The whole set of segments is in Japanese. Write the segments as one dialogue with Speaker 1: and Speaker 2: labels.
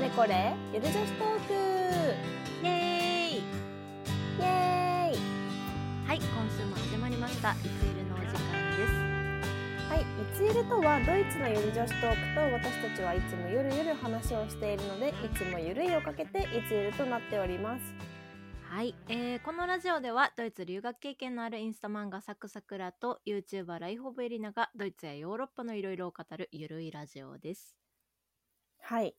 Speaker 1: れこれゆる女子トーク
Speaker 2: イエーイ
Speaker 1: イエーイ
Speaker 2: はい今週も始まりましたいつゆるのお時間で
Speaker 1: はい、いつゆるとはドイツのゆる女子トークと私たちはいつもゆるゆる話をしているのでいつもゆるいをかけていつゆるとなっております
Speaker 2: すはい、えー、このラジオではドイツ留学経験のあるインスタ漫画サクサクラと YouTuber ライホブエリナがドイツやヨーロッパのいろいろを語るゆるいラジオです
Speaker 1: はい、
Speaker 2: はい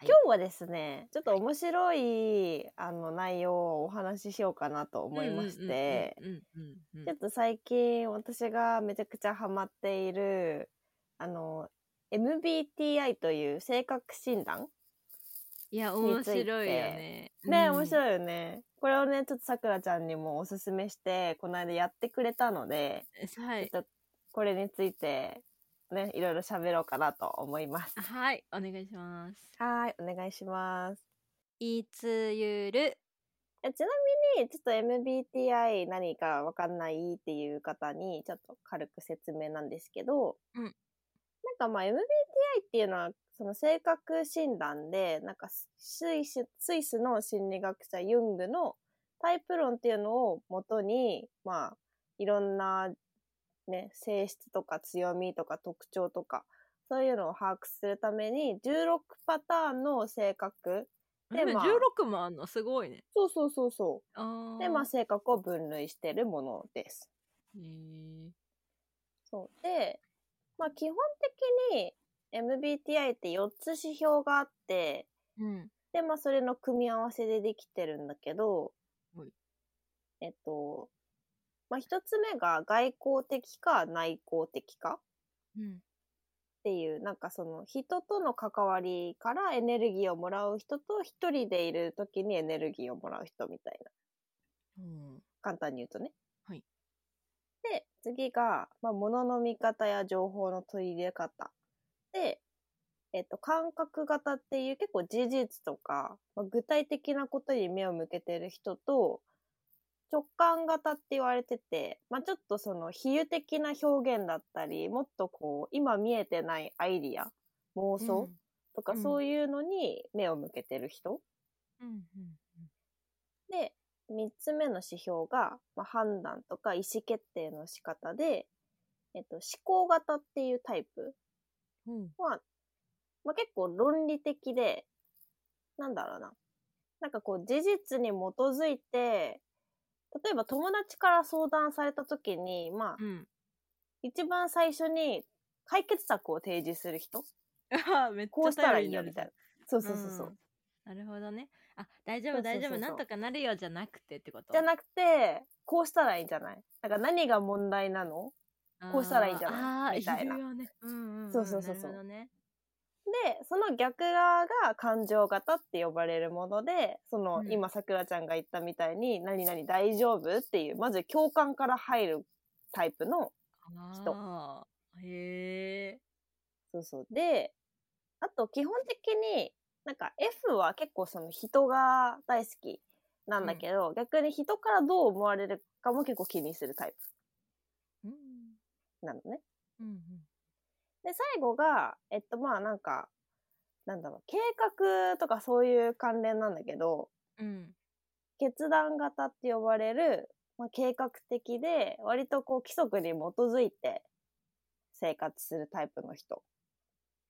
Speaker 1: 今日はですねちょっと面白いあの内容をお話ししようかなと思いまして
Speaker 2: うんうんうんうんうん
Speaker 1: ちょっと最近私がめちゃくちゃハマっているあの MBTI という性格診断
Speaker 2: いや
Speaker 1: に
Speaker 2: 面
Speaker 1: ついて
Speaker 2: 白いよね
Speaker 1: ね、
Speaker 2: うん
Speaker 1: 面白いよね。これをね、ちょっとさくらちゃんにもおすすめして、この間やってくれたので、
Speaker 2: はい
Speaker 1: ちょっとこれについて、ね、いろいろ喋ろうかなと思います。
Speaker 2: はいお願いします
Speaker 1: はーい、お願いします。
Speaker 2: いつゆる
Speaker 1: えちなみに、ちょっと MBTI 何かわかんないっていう方に、ちょっと軽く説明なんですけど、
Speaker 2: うん
Speaker 1: なんかまあ MBTI っていうのは、その性格診断で、なんかスイススイスの心理学者ユングのタイプ論っていうのを元に、まあ、いろんな、ね、性質とか強みとか特徴とか、そういうのを把握するために、16パターンの性格。で
Speaker 2: でも
Speaker 1: まあ
Speaker 2: 16もあんのすごいね
Speaker 1: そうそうそうそう。
Speaker 2: あー
Speaker 1: で、まあ、性格を分類してるものです。
Speaker 2: へー
Speaker 1: そう。で、まあ、基本的に MBTI って4つ指標があって、
Speaker 2: うん
Speaker 1: で、まあ、それの組み合わせでできてるんだけど、
Speaker 2: はい
Speaker 1: えっと、まあ、一つ目が外交的か内向的か
Speaker 2: うん
Speaker 1: っていう、なんかその人との関わりからエネルギーをもらう人と一人でいる時にエネルギーをもらう人みたいな。
Speaker 2: うん
Speaker 1: 簡単に言うとね。
Speaker 2: はい。
Speaker 1: で、次が、まあ、物の見方や情報の取り入れ方。で、えっと、感覚型っていう結構事実とか、まあ、具体的なことに目を向けてる人と、直感型って言われてて、まあ、ちょっとその比喩的な表現だったり、もっとこう、今見えてないアイディア、妄想とか
Speaker 2: うん
Speaker 1: そういうのに目を向けてる人。
Speaker 2: うんうん
Speaker 1: で、3つ目の指標が、まあ、判断とか意思決定の仕方で、えっと、思考型っていうタイプ
Speaker 2: うんうん
Speaker 1: は、まあ、結構論理的で、なんだろうな。なんかこう、事実に基づいて、例えば友達から相談された時に、まあ、
Speaker 2: うん
Speaker 1: 一番最初に解決策を提示する人
Speaker 2: あー めっちゃ
Speaker 1: こうしたらいいよ
Speaker 2: 頼り
Speaker 1: み
Speaker 2: に
Speaker 1: た
Speaker 2: な
Speaker 1: い
Speaker 2: る
Speaker 1: な。そうそうそうそう。
Speaker 2: うんなるほどねあ大丈
Speaker 1: そうそうそうそう
Speaker 2: 夫大丈夫なんとかなるよじゃなくてってこと
Speaker 1: じゃなくて、こうしたらいいんじゃないなんか何が問題なのこうしたらいいんじゃない
Speaker 2: あー
Speaker 1: みたいな
Speaker 2: あーるよねうんうん
Speaker 1: そうそうそうそう
Speaker 2: なるほどね
Speaker 1: で、その逆側が感情型って呼ばれるもので、その、
Speaker 2: うん
Speaker 1: 今さくらちゃんが言ったみたいに、何々大丈夫っていう、まず共感から入るタイプの、人
Speaker 2: あーへえ
Speaker 1: そうそう。で、あと基本的に、なんか F は結構その人が大好きなんだけど、逆に人からどう思われるかも結構気にするタイ
Speaker 2: うん
Speaker 1: プなのね。
Speaker 2: うん
Speaker 1: で、最後が、えっと、まあなんか、なんだろう、計画とかそういう関連なんだけど、
Speaker 2: うん
Speaker 1: 決断型って呼ばれる、まあ、計画的で割とこう規則に基づいて生活するタイプの人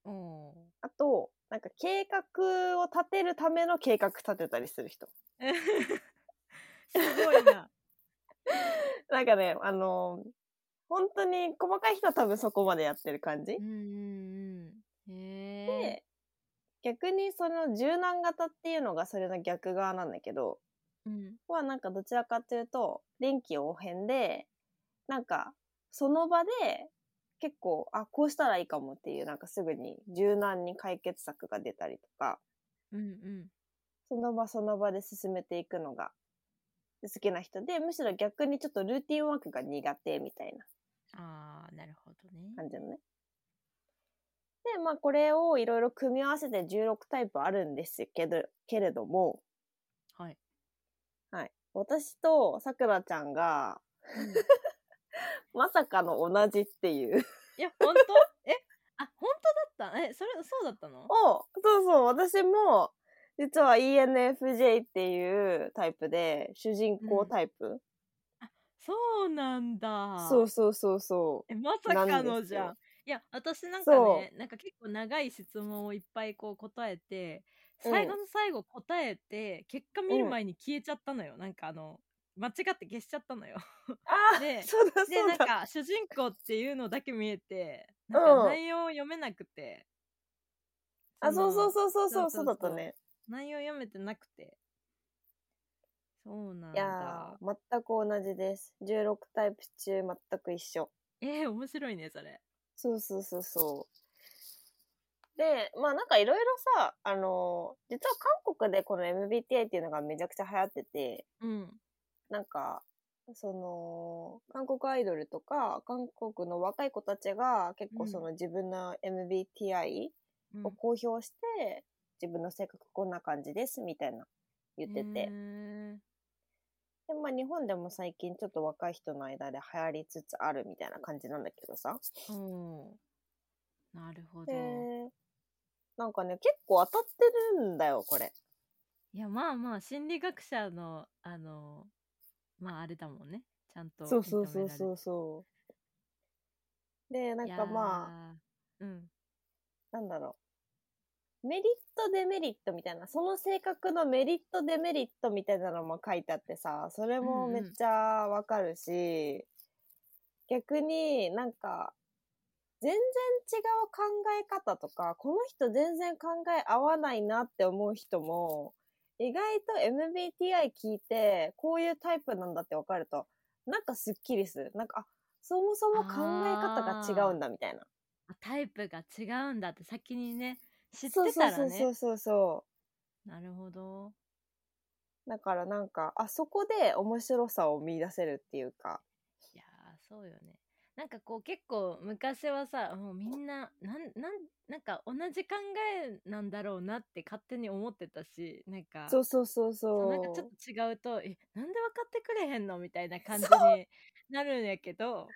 Speaker 2: うん おー
Speaker 1: あとなんか計画を立てるための計画立てたりする人
Speaker 2: すごいな
Speaker 1: なんかねあのー本当に細かい人は多分そこまでやってる感じ
Speaker 2: うんうんうんへえ
Speaker 1: で逆にその柔軟型っていうのがそれの逆側なんだけど、
Speaker 2: うん
Speaker 1: はなんかどちらかというと臨機応変でなんかその場で結構あこうしたらいいかもっていうなんかすぐに柔軟に解決策が出たりとか
Speaker 2: うんうん
Speaker 1: その場その場で進めていくのが好きな人でむしろ逆にちょっとルーティンワークが苦手みたいな
Speaker 2: ああなるほどね
Speaker 1: 感じのね。でまあこれをいろいろ組み合わせて16タイプあるんですけどけれども、
Speaker 2: はい
Speaker 1: はい、私とさくらちゃんが
Speaker 2: うん
Speaker 1: まさかの同じっていう。
Speaker 2: いや、本当え、あ、本当だったえ、それ、そうだったの
Speaker 1: を、そうそう、私も、実は ENFJ っていうタイプで、主人公タイプ。
Speaker 2: そうなんだ
Speaker 1: そうそうそうそ
Speaker 2: えまさかのじゃ
Speaker 1: なんん
Speaker 2: いや私なんかねなんか結構長い質問をいっぱいこう答えて
Speaker 1: うん
Speaker 2: 最後の最後答えて、結果見る
Speaker 1: うん
Speaker 2: 前に消えちゃったのよ、なんかあの間違って消しちゃったのよ
Speaker 1: う。あ
Speaker 2: で
Speaker 1: あ、そうだ
Speaker 2: で
Speaker 1: そ
Speaker 2: な
Speaker 1: うんだ。
Speaker 2: か主人公っていうのだけ見えてなんか
Speaker 1: うん
Speaker 2: 内容を読めなくて、
Speaker 1: あ、そうそう
Speaker 2: の
Speaker 1: そうそう
Speaker 2: そ
Speaker 1: そうう、そう
Speaker 2: そそう
Speaker 1: うだったね。
Speaker 2: 内容読めてなくてそうなん
Speaker 1: いや
Speaker 2: だ
Speaker 1: ー、全く同じです。16タイプ中全く一緒。
Speaker 2: えー、面白いねそれ
Speaker 1: そうそうそうそう。で、まあなんかいろいろさ、あのー実は韓国でこの MBTI っていうのがめちゃくちゃ流行ってて、
Speaker 2: うん
Speaker 1: なんか、その、韓国アイドルとか、韓国の若い子たちが結
Speaker 2: う
Speaker 1: 構
Speaker 2: ん
Speaker 1: その自分の MBTI
Speaker 2: うん
Speaker 1: を公表して、自分の性格こんな感じですみたいな言ってて。
Speaker 2: へー
Speaker 1: でまあ、日本でも最近ちょっと若い人の間で流行りつつあるみたいな感じなんだけどさ。
Speaker 2: おーなるほど。
Speaker 1: で、なんかね、結構当たってるんだよ、これ。
Speaker 2: いやまあまあ心理学者のあのまああれだもんねちゃんと
Speaker 1: そうそうそうそううそう。で、なんかまあ、
Speaker 2: あうん
Speaker 1: なんだろう。メリット、デメリットみたいな、その性格のメリット、デメリットみたいなのも書いてあってさ、それも
Speaker 2: うんう
Speaker 1: め
Speaker 2: ん
Speaker 1: っちゃわかるし、逆になんか、全然違う考え方とか、この人全然考え合わないなって思う人も、意外と MBTI 聞いて、こういうタイプなんだってわかると、なんかすっきりする。なんか、あ、そもそも考え方が違うんだみたいな。
Speaker 2: あタイプが違うんだって先にね知って
Speaker 1: そう
Speaker 2: た
Speaker 1: そう
Speaker 2: らね
Speaker 1: そうそうそうそう。
Speaker 2: なるほど
Speaker 1: だからなんか、あそこで面白さを見出せるっていうか。
Speaker 2: いやーそうよねなんかこう結構昔はさもうみんななんなんなんか同じ考えなんだろうなって勝手に思ってたしなんか
Speaker 1: そうそうそう
Speaker 2: そ
Speaker 1: そ
Speaker 2: うなんかちょっ
Speaker 1: う。
Speaker 2: と違うと「えなんで分かってくれへんの?」みたいな感じ
Speaker 1: そ
Speaker 2: になるんやけど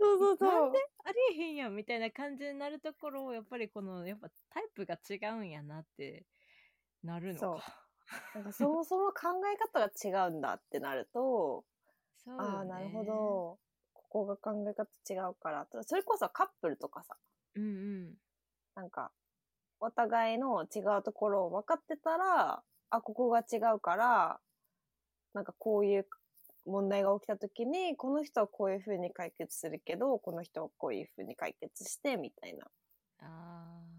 Speaker 1: そうそう
Speaker 2: な
Speaker 1: そ
Speaker 2: ん
Speaker 1: う
Speaker 2: で。ありえへんやんみたいな感じになるところをやっぱりこのやっぱタイプが違うんやなってなるのか。
Speaker 1: なんかそもそも考え方が違うんだってなると、
Speaker 2: そうよね
Speaker 1: ああ、なるほ。ど。ここが考え方違うから。それこそカップルとかさ、
Speaker 2: うんうん。
Speaker 1: なんか、お互いの違うところを分かってたら、あ、ここが違うから、なんかこういう問題が起きた時に、この人はこういう風に解決するけど、この人はこういう風に解決して、みたいな。
Speaker 2: あー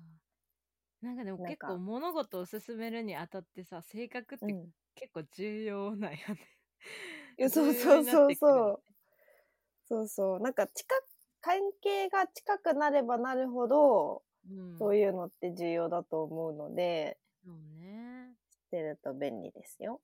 Speaker 2: なんかでも
Speaker 1: なん
Speaker 2: 結
Speaker 1: か
Speaker 2: 構物事を進めるにあたってさ性格って
Speaker 1: ん。
Speaker 2: 結構重要なんやね。
Speaker 1: いやそうそうそうそう。そうそう。なんか近く、関係が近くなればなるほど、
Speaker 2: 重要になっ
Speaker 1: そういう
Speaker 2: てくるよね。うん、
Speaker 1: のって重要だと思うので、
Speaker 2: そうね。
Speaker 1: 知ってると便利ですよ。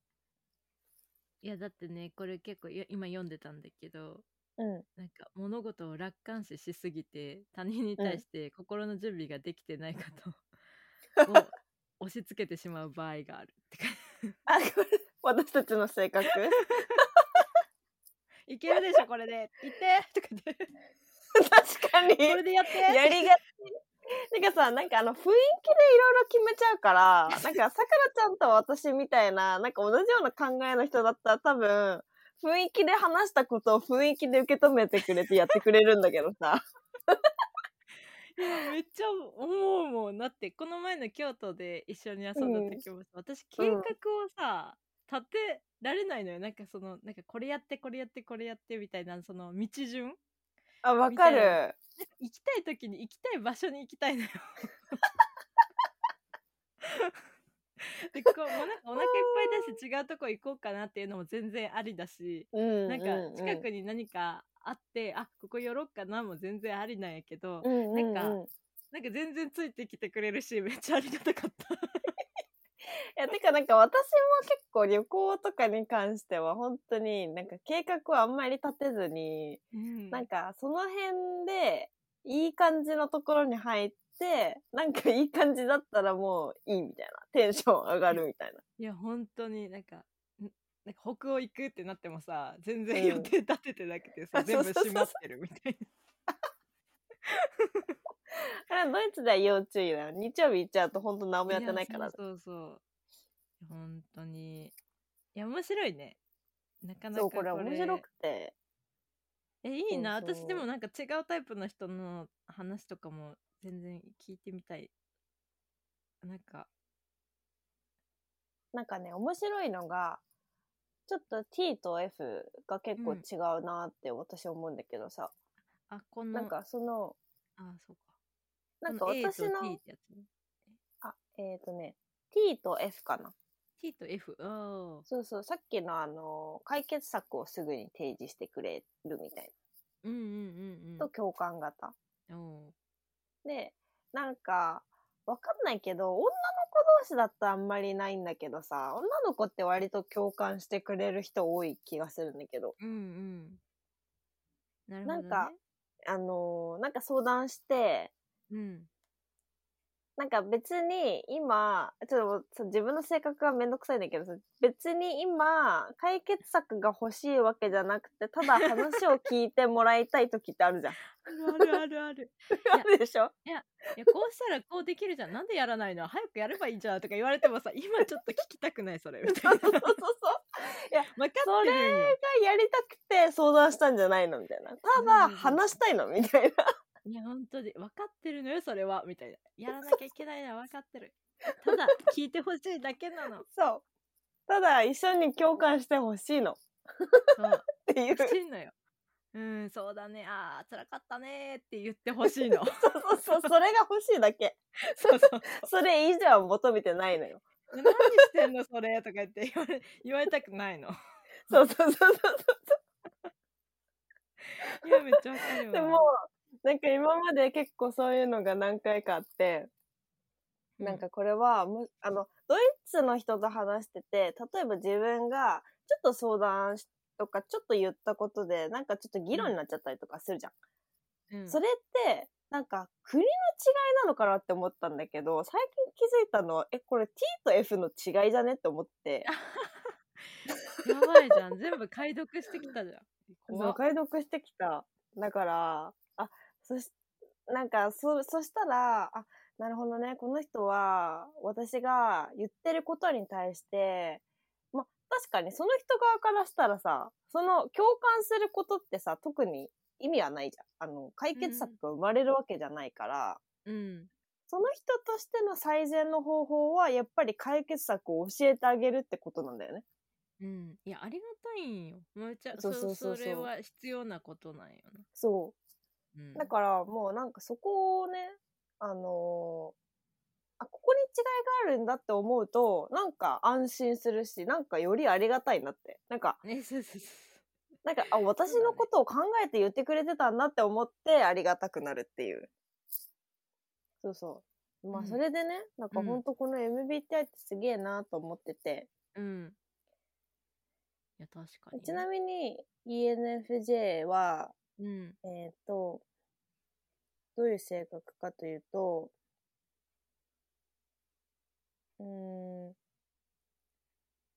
Speaker 2: いやだってねこれ結構よ今読んでたんだけど
Speaker 1: うん。
Speaker 2: なんか物事を楽観視しすぎて他人に対して心の準備ができてない ことを押し付けてしまう場合があるってか
Speaker 1: あ、これ、私たちの性 格
Speaker 2: いけるでしょこれでい ってとか言ってこ
Speaker 1: 確かに。
Speaker 2: れでやって
Speaker 1: やりがち。なんかさ、なんかあの雰囲気でいろいろ決めちゃう から、なんかさくらちゃんと私みたいな、なんか同じような考えの人だったら多分、雰囲気で話したことを雰囲気で受け止めてくれてやってくれるんだけどさ。
Speaker 2: めっちゃ思うもんだってこの前の京都で一緒に遊んだ時もさ、私計画をさ、立てられないのよなんかそのなんかこれやってこれやってこれやってみたいなその道順
Speaker 1: あ、わか
Speaker 2: みた
Speaker 1: る。
Speaker 2: 行きたい時に行きたい場所に行きたいのよ。 でこうもう なんかお腹いっぱいだし違うとこ行こうかなっていうのも全然ありだし、
Speaker 1: うん。
Speaker 2: なんか近く
Speaker 1: に、
Speaker 2: に何かあってあここ寄ろうかなも全然ありなんやけど、
Speaker 1: うんうんうん、
Speaker 2: なんか
Speaker 1: い
Speaker 2: なんか全然ついてきてくれるしめっちゃありがた かった。
Speaker 1: や、てかなんか私も結構旅行とかに関しては本当になんか計画をあんまり立てずに、
Speaker 2: うん
Speaker 1: なんかその辺でいい感じのところに入って、なんかいい感じだったらもういいみたいな。テンション上がるみたい な。
Speaker 2: いや本当になんかんなんか北欧行くってなってもさ全
Speaker 1: う
Speaker 2: 然
Speaker 1: ん
Speaker 2: 予定立ててなくてさ、
Speaker 1: あ
Speaker 2: 全部
Speaker 1: そうそうそう
Speaker 2: 閉まってるみたいな。
Speaker 1: あれはドイツでは要注意だよ。日曜日行っちゃうと本当何もやってないから。
Speaker 2: そうそうそう本当に。いや、面白いね。なかなか
Speaker 1: そう、これ面白くて。
Speaker 2: え、いいな。
Speaker 1: そうそう
Speaker 2: 私でもなんか違うタイプの人の話とかも全然聞いてみたい。なんか、
Speaker 1: なんかね、面白いのが、ちょっと T と F が結構
Speaker 2: うん
Speaker 1: 違うなって私思うんだけどさ、
Speaker 2: あ、この、
Speaker 1: なんかその、
Speaker 2: あ、そうか。
Speaker 1: なんか
Speaker 2: こ A と
Speaker 1: 私の、
Speaker 2: T ってやつね。
Speaker 1: あ、えっ、とね、T と F かな。
Speaker 2: T と F。あ
Speaker 1: そうそう、さっきのあの、解決策をすぐに提示してくれるみたい
Speaker 2: ーうんうんうんう
Speaker 1: な。と共感型。
Speaker 2: ん。おう
Speaker 1: で、なんか、わかんないけど、女の子同士だとあんまりないんだけどさ、女の子って割と共感してくれる人多い気がするんだけど、
Speaker 2: うんうん。なるほど、
Speaker 1: な
Speaker 2: ね。
Speaker 1: んかあのーなんか相談して、
Speaker 2: うん。
Speaker 1: なんか別に今、ちょっとそう自分の性格がめんどくさいんだけどさ、別に今、解決策が欲しいわけじゃなくて、ただ話を聞いてもらいたい時ってあるじゃん。
Speaker 2: あるあるあるある。
Speaker 1: あるでしょ
Speaker 2: いや、こうしたらこうできるじゃん。なんでやらないの早くやればいいじゃんとか言われてもさ、今ちょっと聞きたくない、それ。みた い
Speaker 1: そう
Speaker 2: な。
Speaker 1: そうそうそう。
Speaker 2: 分か
Speaker 1: そ
Speaker 2: ってるんよ。
Speaker 1: がやりたくて相談したんじゃないのみたいな。た
Speaker 2: う
Speaker 1: だ
Speaker 2: ん
Speaker 1: 話したいのみたいな。
Speaker 2: いや、本当に分かってるのよ、それは。みたいな。やらなきゃいけないのは分かってる。ただ、聞いてほしいだけなの。
Speaker 1: そう。ただ一緒に共感してほしいのっ
Speaker 2: そう。
Speaker 1: ていう。
Speaker 2: 欲しいのよ。うん、そうだね。ああ、辛かったねーって言ってほしいの。
Speaker 1: そうそうそう。それが欲しいだけ。
Speaker 2: そうそう。
Speaker 1: それ以上は求めてないのよ。
Speaker 2: 何してんの、それとか言って言われ言われたくないの。
Speaker 1: そうそうそうそう
Speaker 2: いや、めっちゃ分
Speaker 1: そ
Speaker 2: かる
Speaker 1: う。
Speaker 2: わ。
Speaker 1: でも、なんか今まで結構そういうのが何回かあって、
Speaker 2: うん
Speaker 1: なんかこれはむ、あの、ドイツの人と話してて、例えば自分がちょっと相談しとか、ちょっと言ったことで、なんかちょっと議論になっちゃったりとかするじゃん。
Speaker 2: うん
Speaker 1: それって、なんか国の違いなのかなって思ったんだけど、最近気づいたのは、え、これ T と F の違いじゃねって思って、
Speaker 2: やばいじゃん。全部解読してきたじゃん。
Speaker 1: そう
Speaker 2: 怖っ
Speaker 1: 解読してきた。だから、あ、そし、なんか、そ、そしたら、あ、なるほどね、この人は、私が言ってることに対して、ま、確かにその人側からしたらさ、その共感することってさ、特に意味はないじゃん。あの、解決策が生まれるわけじゃないから、
Speaker 2: うん。
Speaker 1: その人としての最善の方法は、やっぱり解決策を教えてあげるってことなんだよね。
Speaker 2: うん。いや、ありがたいんよ。めっちゃ、
Speaker 1: そ
Speaker 2: そうう
Speaker 1: そうそうそう
Speaker 2: それは必要なことなんよな。
Speaker 1: そ
Speaker 2: うん
Speaker 1: う。だからもうなんかそこをね、あのーあ、ここに違いがあるんだって思うと、なんか安心するし、なんかよりありがたいなって。なんか、
Speaker 2: ね、そうそうそう。
Speaker 1: なんか、あ、私のことを考えて言ってくれてたんだって思ってありがたくなるっていう。そうそう。ま
Speaker 2: う
Speaker 1: あ
Speaker 2: ん
Speaker 1: それでね、なんか
Speaker 2: うん
Speaker 1: ほんとこの MBTI ってすげえなと思ってて、
Speaker 2: うん。いや、確かにね、
Speaker 1: ちなみに ENFJ は、
Speaker 2: みうん。
Speaker 1: えっ、と、どういう性格かというと、うーん、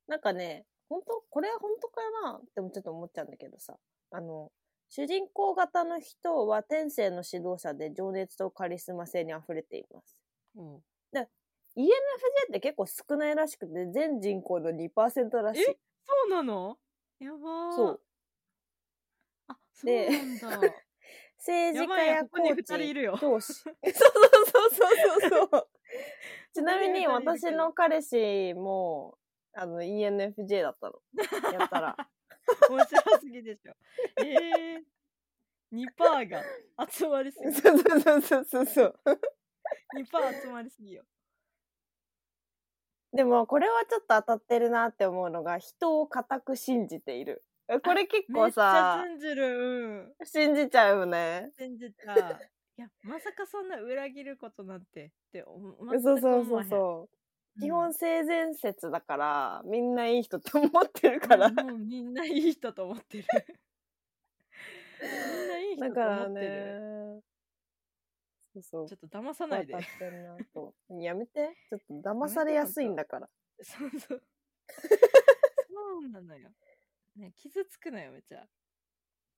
Speaker 1: なんかね、本当これは本当かなってもちょっと思っちゃうんだけどさ、あの、主人公型の人は天性の指導者で情熱とカリスマ性に溢れています。
Speaker 2: おう
Speaker 1: ENFJ って結構少ないらしくて、全人口の2%らしい。
Speaker 2: えそうなのやばー。
Speaker 1: そう。。
Speaker 2: あ、そう
Speaker 1: で
Speaker 2: なんだ。
Speaker 1: 政
Speaker 2: や
Speaker 1: 治
Speaker 2: ば
Speaker 1: 家
Speaker 2: いや
Speaker 1: や
Speaker 2: ん、こ
Speaker 1: コ
Speaker 2: こに
Speaker 1: ー
Speaker 2: 二人い
Speaker 1: チ、
Speaker 2: るよ。
Speaker 1: 教師。 そうそうそうそうそう。ちなみに
Speaker 2: ここに二人い
Speaker 1: 私
Speaker 2: るけど
Speaker 1: の 彼氏も、あの、ENFJ だったの。やったら。
Speaker 2: 面白すぎでしょ。えー。2%が集まりすぎ
Speaker 1: そうそうそうそうそう。
Speaker 2: 2%集まりすぎよ。
Speaker 1: でも、これはちょっと当たってるなって思うのが、人を固く信じている。これ結
Speaker 2: め
Speaker 1: 構
Speaker 2: っちゃ
Speaker 1: さ、
Speaker 2: 信じる。うん。
Speaker 1: 信じちゃうよね。
Speaker 2: 信じた。いや、まさかそんな裏切ることなんてって思
Speaker 1: そうそうそうそう。基
Speaker 2: 全く思わへん
Speaker 1: 本性善説だから、みんないい人って思ってるから。
Speaker 2: もうみんないい人と思ってる。みんないい人
Speaker 1: だ
Speaker 2: と
Speaker 1: から
Speaker 2: 思ってる。
Speaker 1: ね。そうそう
Speaker 2: ちょ。っと騙さないで
Speaker 1: バ。タしてんなとやめて。ちょっと騙されやすいんだから。
Speaker 2: そうそう。そうなのよ。ね、傷つくなよ、めっちゃ。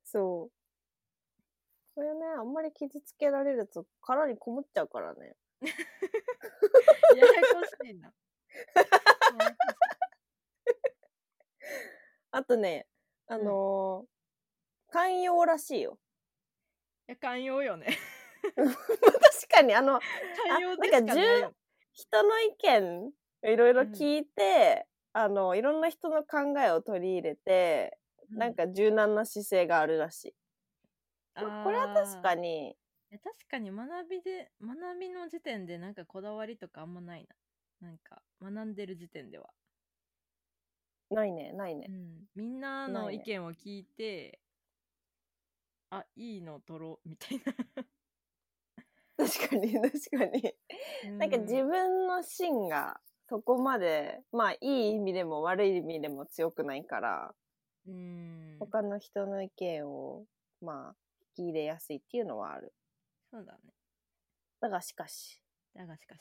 Speaker 1: そう。これね、あんまり傷つけられると殻にこもっちゃうからね。
Speaker 2: ややこしいな。ややこしい
Speaker 1: あとね、あのー寛容らしいよ。
Speaker 2: や寛容よね
Speaker 1: 確かに、あの、
Speaker 2: 寛容でしかない
Speaker 1: なん
Speaker 2: よ
Speaker 1: 人の意見いろいろ聞いて、あのいろんな人の考えを取り入れて、なんか柔軟な姿勢があるらしい。まあこれは確か
Speaker 2: に
Speaker 1: に
Speaker 2: 確かに学びで学びの時点でなんかこだわりとかあんまないななんか学んでる時点では、
Speaker 1: ないねないね
Speaker 2: う。ん、みんな
Speaker 1: な
Speaker 2: の
Speaker 1: い
Speaker 2: 意
Speaker 1: ね
Speaker 2: 見を聞いてあいいの取ろうみたい
Speaker 1: 確かに確かに。
Speaker 2: な
Speaker 1: なんか自
Speaker 2: う
Speaker 1: 分の芯がそこまでまあいい意味でも悪い意味でも強くないから
Speaker 2: うん
Speaker 1: 他の人の意見をまあ聞き入れやすいっていうのはある。
Speaker 2: そうだね
Speaker 1: だがしかし。
Speaker 2: だがしかし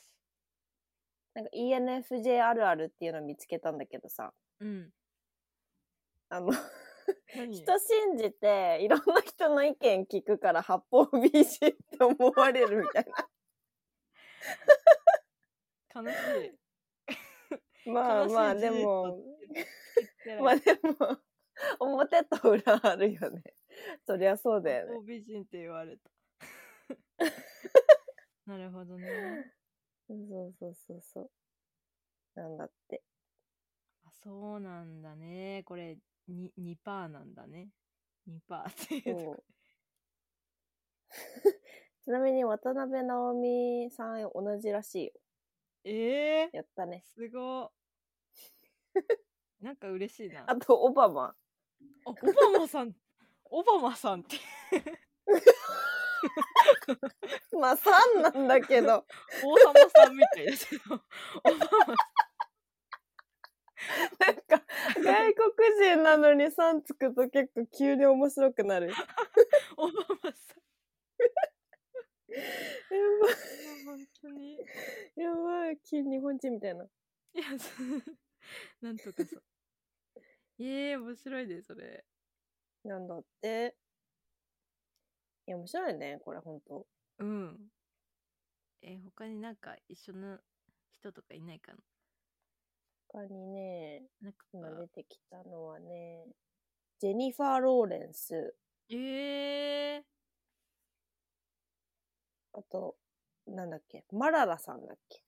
Speaker 1: なんか ENFJ あるあるっていうのを見つけたんだけどさ、
Speaker 2: うん
Speaker 1: あの、
Speaker 2: 何
Speaker 1: 人信じていろんな人の意見聞くから八方美人って思われるみたい
Speaker 2: 悲し
Speaker 1: な
Speaker 2: い
Speaker 1: まあまあでも ま
Speaker 2: ま
Speaker 1: あ
Speaker 2: あ、
Speaker 1: でも表と裏あるよねそりゃそうだよね
Speaker 2: 大美人って言われ た。なるほどね。
Speaker 1: そうそうそうそうなんだって
Speaker 2: あそうなんだね。これ、に2%パーなんだね。2%パーっていうとこ
Speaker 1: そうちなみに渡辺直美さん同じらしいよ
Speaker 2: ええ
Speaker 1: やったね
Speaker 2: すごっ。 なんか嬉しいな。
Speaker 1: あとオバマ
Speaker 2: あオバマさん、オバマさんって、
Speaker 1: まあ3なんだけど
Speaker 2: 王様さんみたいですけど、
Speaker 1: なんか外国人なのに3つくと結構急に面白くなる
Speaker 2: オバマさ
Speaker 1: やばい
Speaker 2: ん。いや本当に。い
Speaker 1: やばい、金日本人みたいな。
Speaker 2: や、 そうなんとかそう。ええ面白いね、それ。
Speaker 1: なんだって。いや、面白いね、これ、ほんと。
Speaker 2: うん。えー他になんか一緒の人とかいないかな
Speaker 1: 他にね、
Speaker 2: なんか、
Speaker 1: 今出てきたのはね、ジェニファー・ローレンス、
Speaker 2: えー、
Speaker 1: あと、なんだっけ、マララさんだっけ。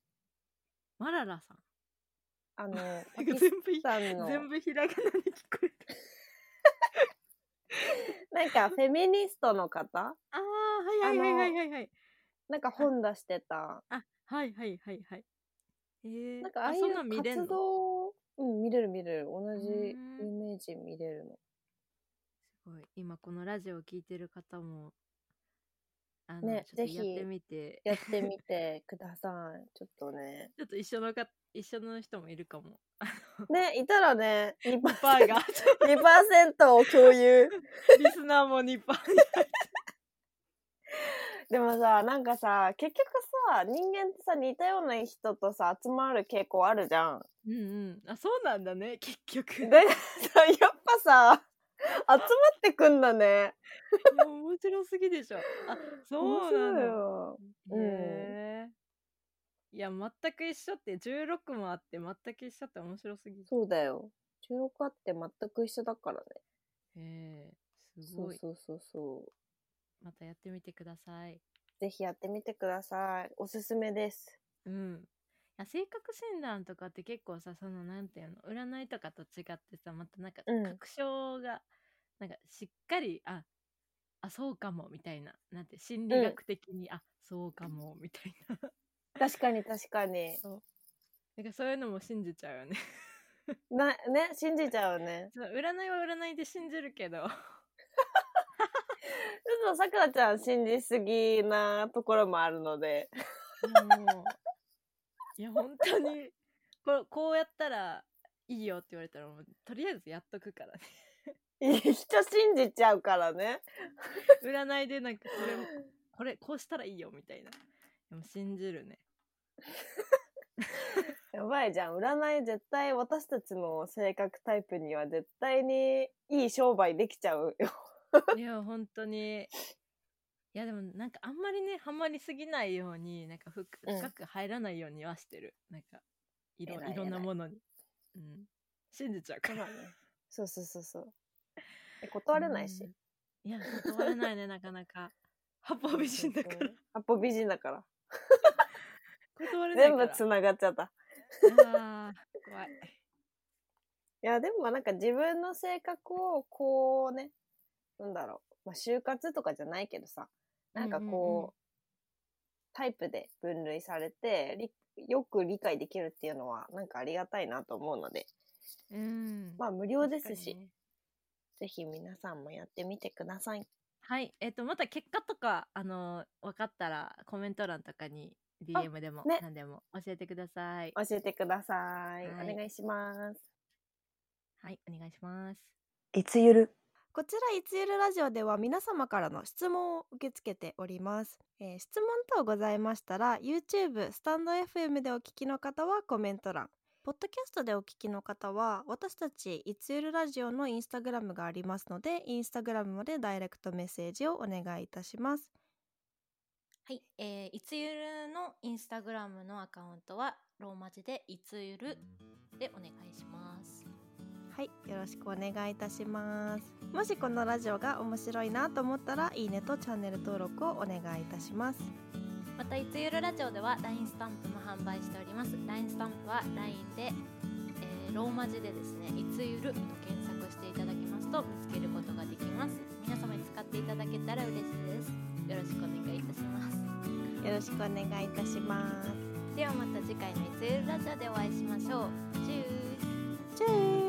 Speaker 2: マララさん。
Speaker 1: あの、パ
Speaker 2: なん
Speaker 1: キ
Speaker 2: か
Speaker 1: ス
Speaker 2: 全部ひ、
Speaker 1: タンの、
Speaker 2: 全部ひらがなに聞こえた。
Speaker 1: なんかフェミニストの方
Speaker 2: ああ、はいはいはいはいはいはい。
Speaker 1: なんか本出して た。
Speaker 2: あ、はいはいはいはい。えー、
Speaker 1: なんかああい
Speaker 2: そんなん
Speaker 1: う
Speaker 2: 見れ
Speaker 1: 活
Speaker 2: んのす
Speaker 1: 動、うん、見れる見れる。同じ
Speaker 2: うーん
Speaker 1: 有名人見れるの。
Speaker 2: ごい。今このラジオを聞いてる方も、あの、
Speaker 1: ね
Speaker 2: ち
Speaker 1: ぜ
Speaker 2: ょっと
Speaker 1: ひ
Speaker 2: やってみて、
Speaker 1: やってみ てください。ちょっとね。
Speaker 2: ちょっと一緒のか、一緒の人もいるか も。
Speaker 1: ね、いたらね、2%,
Speaker 2: バーが、
Speaker 1: 2を共有。
Speaker 2: リスナーも2%パー。
Speaker 1: でもさ、なんかさ、結局さ、人間ってさ、似たような人とさ、集まる傾向あるじゃん。
Speaker 2: うんうん。あ、そうなんだね、結局。
Speaker 1: で、さ、やっぱさ、集まってくんだね。
Speaker 2: いや面白すぎでしょ。あ、そうなの。
Speaker 1: よ。うん
Speaker 2: へえ。いや、全く一緒って、16もあって、全く一緒って面白すぎる。
Speaker 1: そうだよ。中国あって全く一緒だからね。
Speaker 2: へえ、す
Speaker 1: そ
Speaker 2: ご
Speaker 1: う
Speaker 2: い。
Speaker 1: そうそうそう。
Speaker 2: またやってみてください。
Speaker 1: ぜひやってみてください。おすすめです。
Speaker 2: うん。いや性格診断とかって結構さ、その、なんていうの、占いとかと違ってさ、またなんか、
Speaker 1: うん
Speaker 2: 確証が、なんか、しっかり、あ、あ、そうかも、みたいな。なんて、心理学的に、あ、そうかも、みたいな。
Speaker 1: 確かに確かに。
Speaker 2: そう。なんかそういうのも信じちゃうよね。
Speaker 1: な、ね、信じちゃうね。
Speaker 2: そう占いは占いで信じるけど。
Speaker 1: ちょっとさくらちゃん信じすぎなところもあるので。
Speaker 2: もういや本 当にこれこうやったらいいよって言われたらもうとりあえずやっとくからね
Speaker 1: いや人信じちゃうからね。
Speaker 2: 占いでなんかこれもこれこうしたらいいよみたいなでも信じるね
Speaker 1: やばいじゃん。占い絶対私たちの性格タイプには絶対にいい商売できちゃうよ。
Speaker 2: いや本当にいやでもなんかあんまりねハマりすぎないようになんか深く
Speaker 1: うん
Speaker 2: 深く入らないようにはしてる、なんかいろ
Speaker 1: 偉い
Speaker 2: いろんな
Speaker 1: 偉い
Speaker 2: ものに、うん、信じちゃうから
Speaker 1: そうそうそうそう。え 断れないし。
Speaker 2: うん。いや、断れないね、なかな か。八方美人だから。
Speaker 1: アポ美人だから。
Speaker 2: 断れない
Speaker 1: 全
Speaker 2: か
Speaker 1: 部
Speaker 2: ら。
Speaker 1: つながっちゃった。
Speaker 2: あー怖い。
Speaker 1: いや、でもまあなんか自分の性格をこうね、なんだろう、まあ、就活とかじゃないけどさ、なんかこう、
Speaker 2: うんうんうん
Speaker 1: タイプで分類されてりよく理解できるっていうのはなんかありがたいなと思うので、
Speaker 2: うん。
Speaker 1: まあ無料ですし、
Speaker 2: 確かにね
Speaker 1: ぜひ皆さんもやってみてください。
Speaker 2: はい。えっ、と、また結果とか、あの分かったら、コメント欄とかに、DM でも、
Speaker 1: ね
Speaker 2: 何でも教えてください。
Speaker 1: 教えてくださ
Speaker 2: はい
Speaker 1: い、お願いします。
Speaker 2: はい、お願いします。
Speaker 1: いつゆる。こちらいつゆるラジオでは皆様からの質問を受け付けております。えー質問等ございましたら YouTube、スタンド FM でお聞きの方はコメント欄。ポッドキャストでお聞きの方は私たちいつゆるラジオのインスタグラムがありますのでインスタグラムまでダイレクトメッセージをお願いいたします。
Speaker 3: はい、えーいつゆるのインスタグラムのアカウントはローマ字でいつゆるでお願いします。
Speaker 1: はい、よろしくお願いいたします。もしこのラジオが面白いなと思ったらいいねとチャンネル登録をお願いいたします。
Speaker 3: またいつゆるラジオでは LINE スタンプも販売しております LINE スタンプは LINE で、えーローマ字でですねいつゆると検索していただきますと見つけることができます皆様に使っていただけたら嬉しいですよろしくお願いいたします
Speaker 1: よろしくお願いいたします。
Speaker 3: ではまた次回のいつゆるラジオでお会いしましょうチュース
Speaker 1: チュー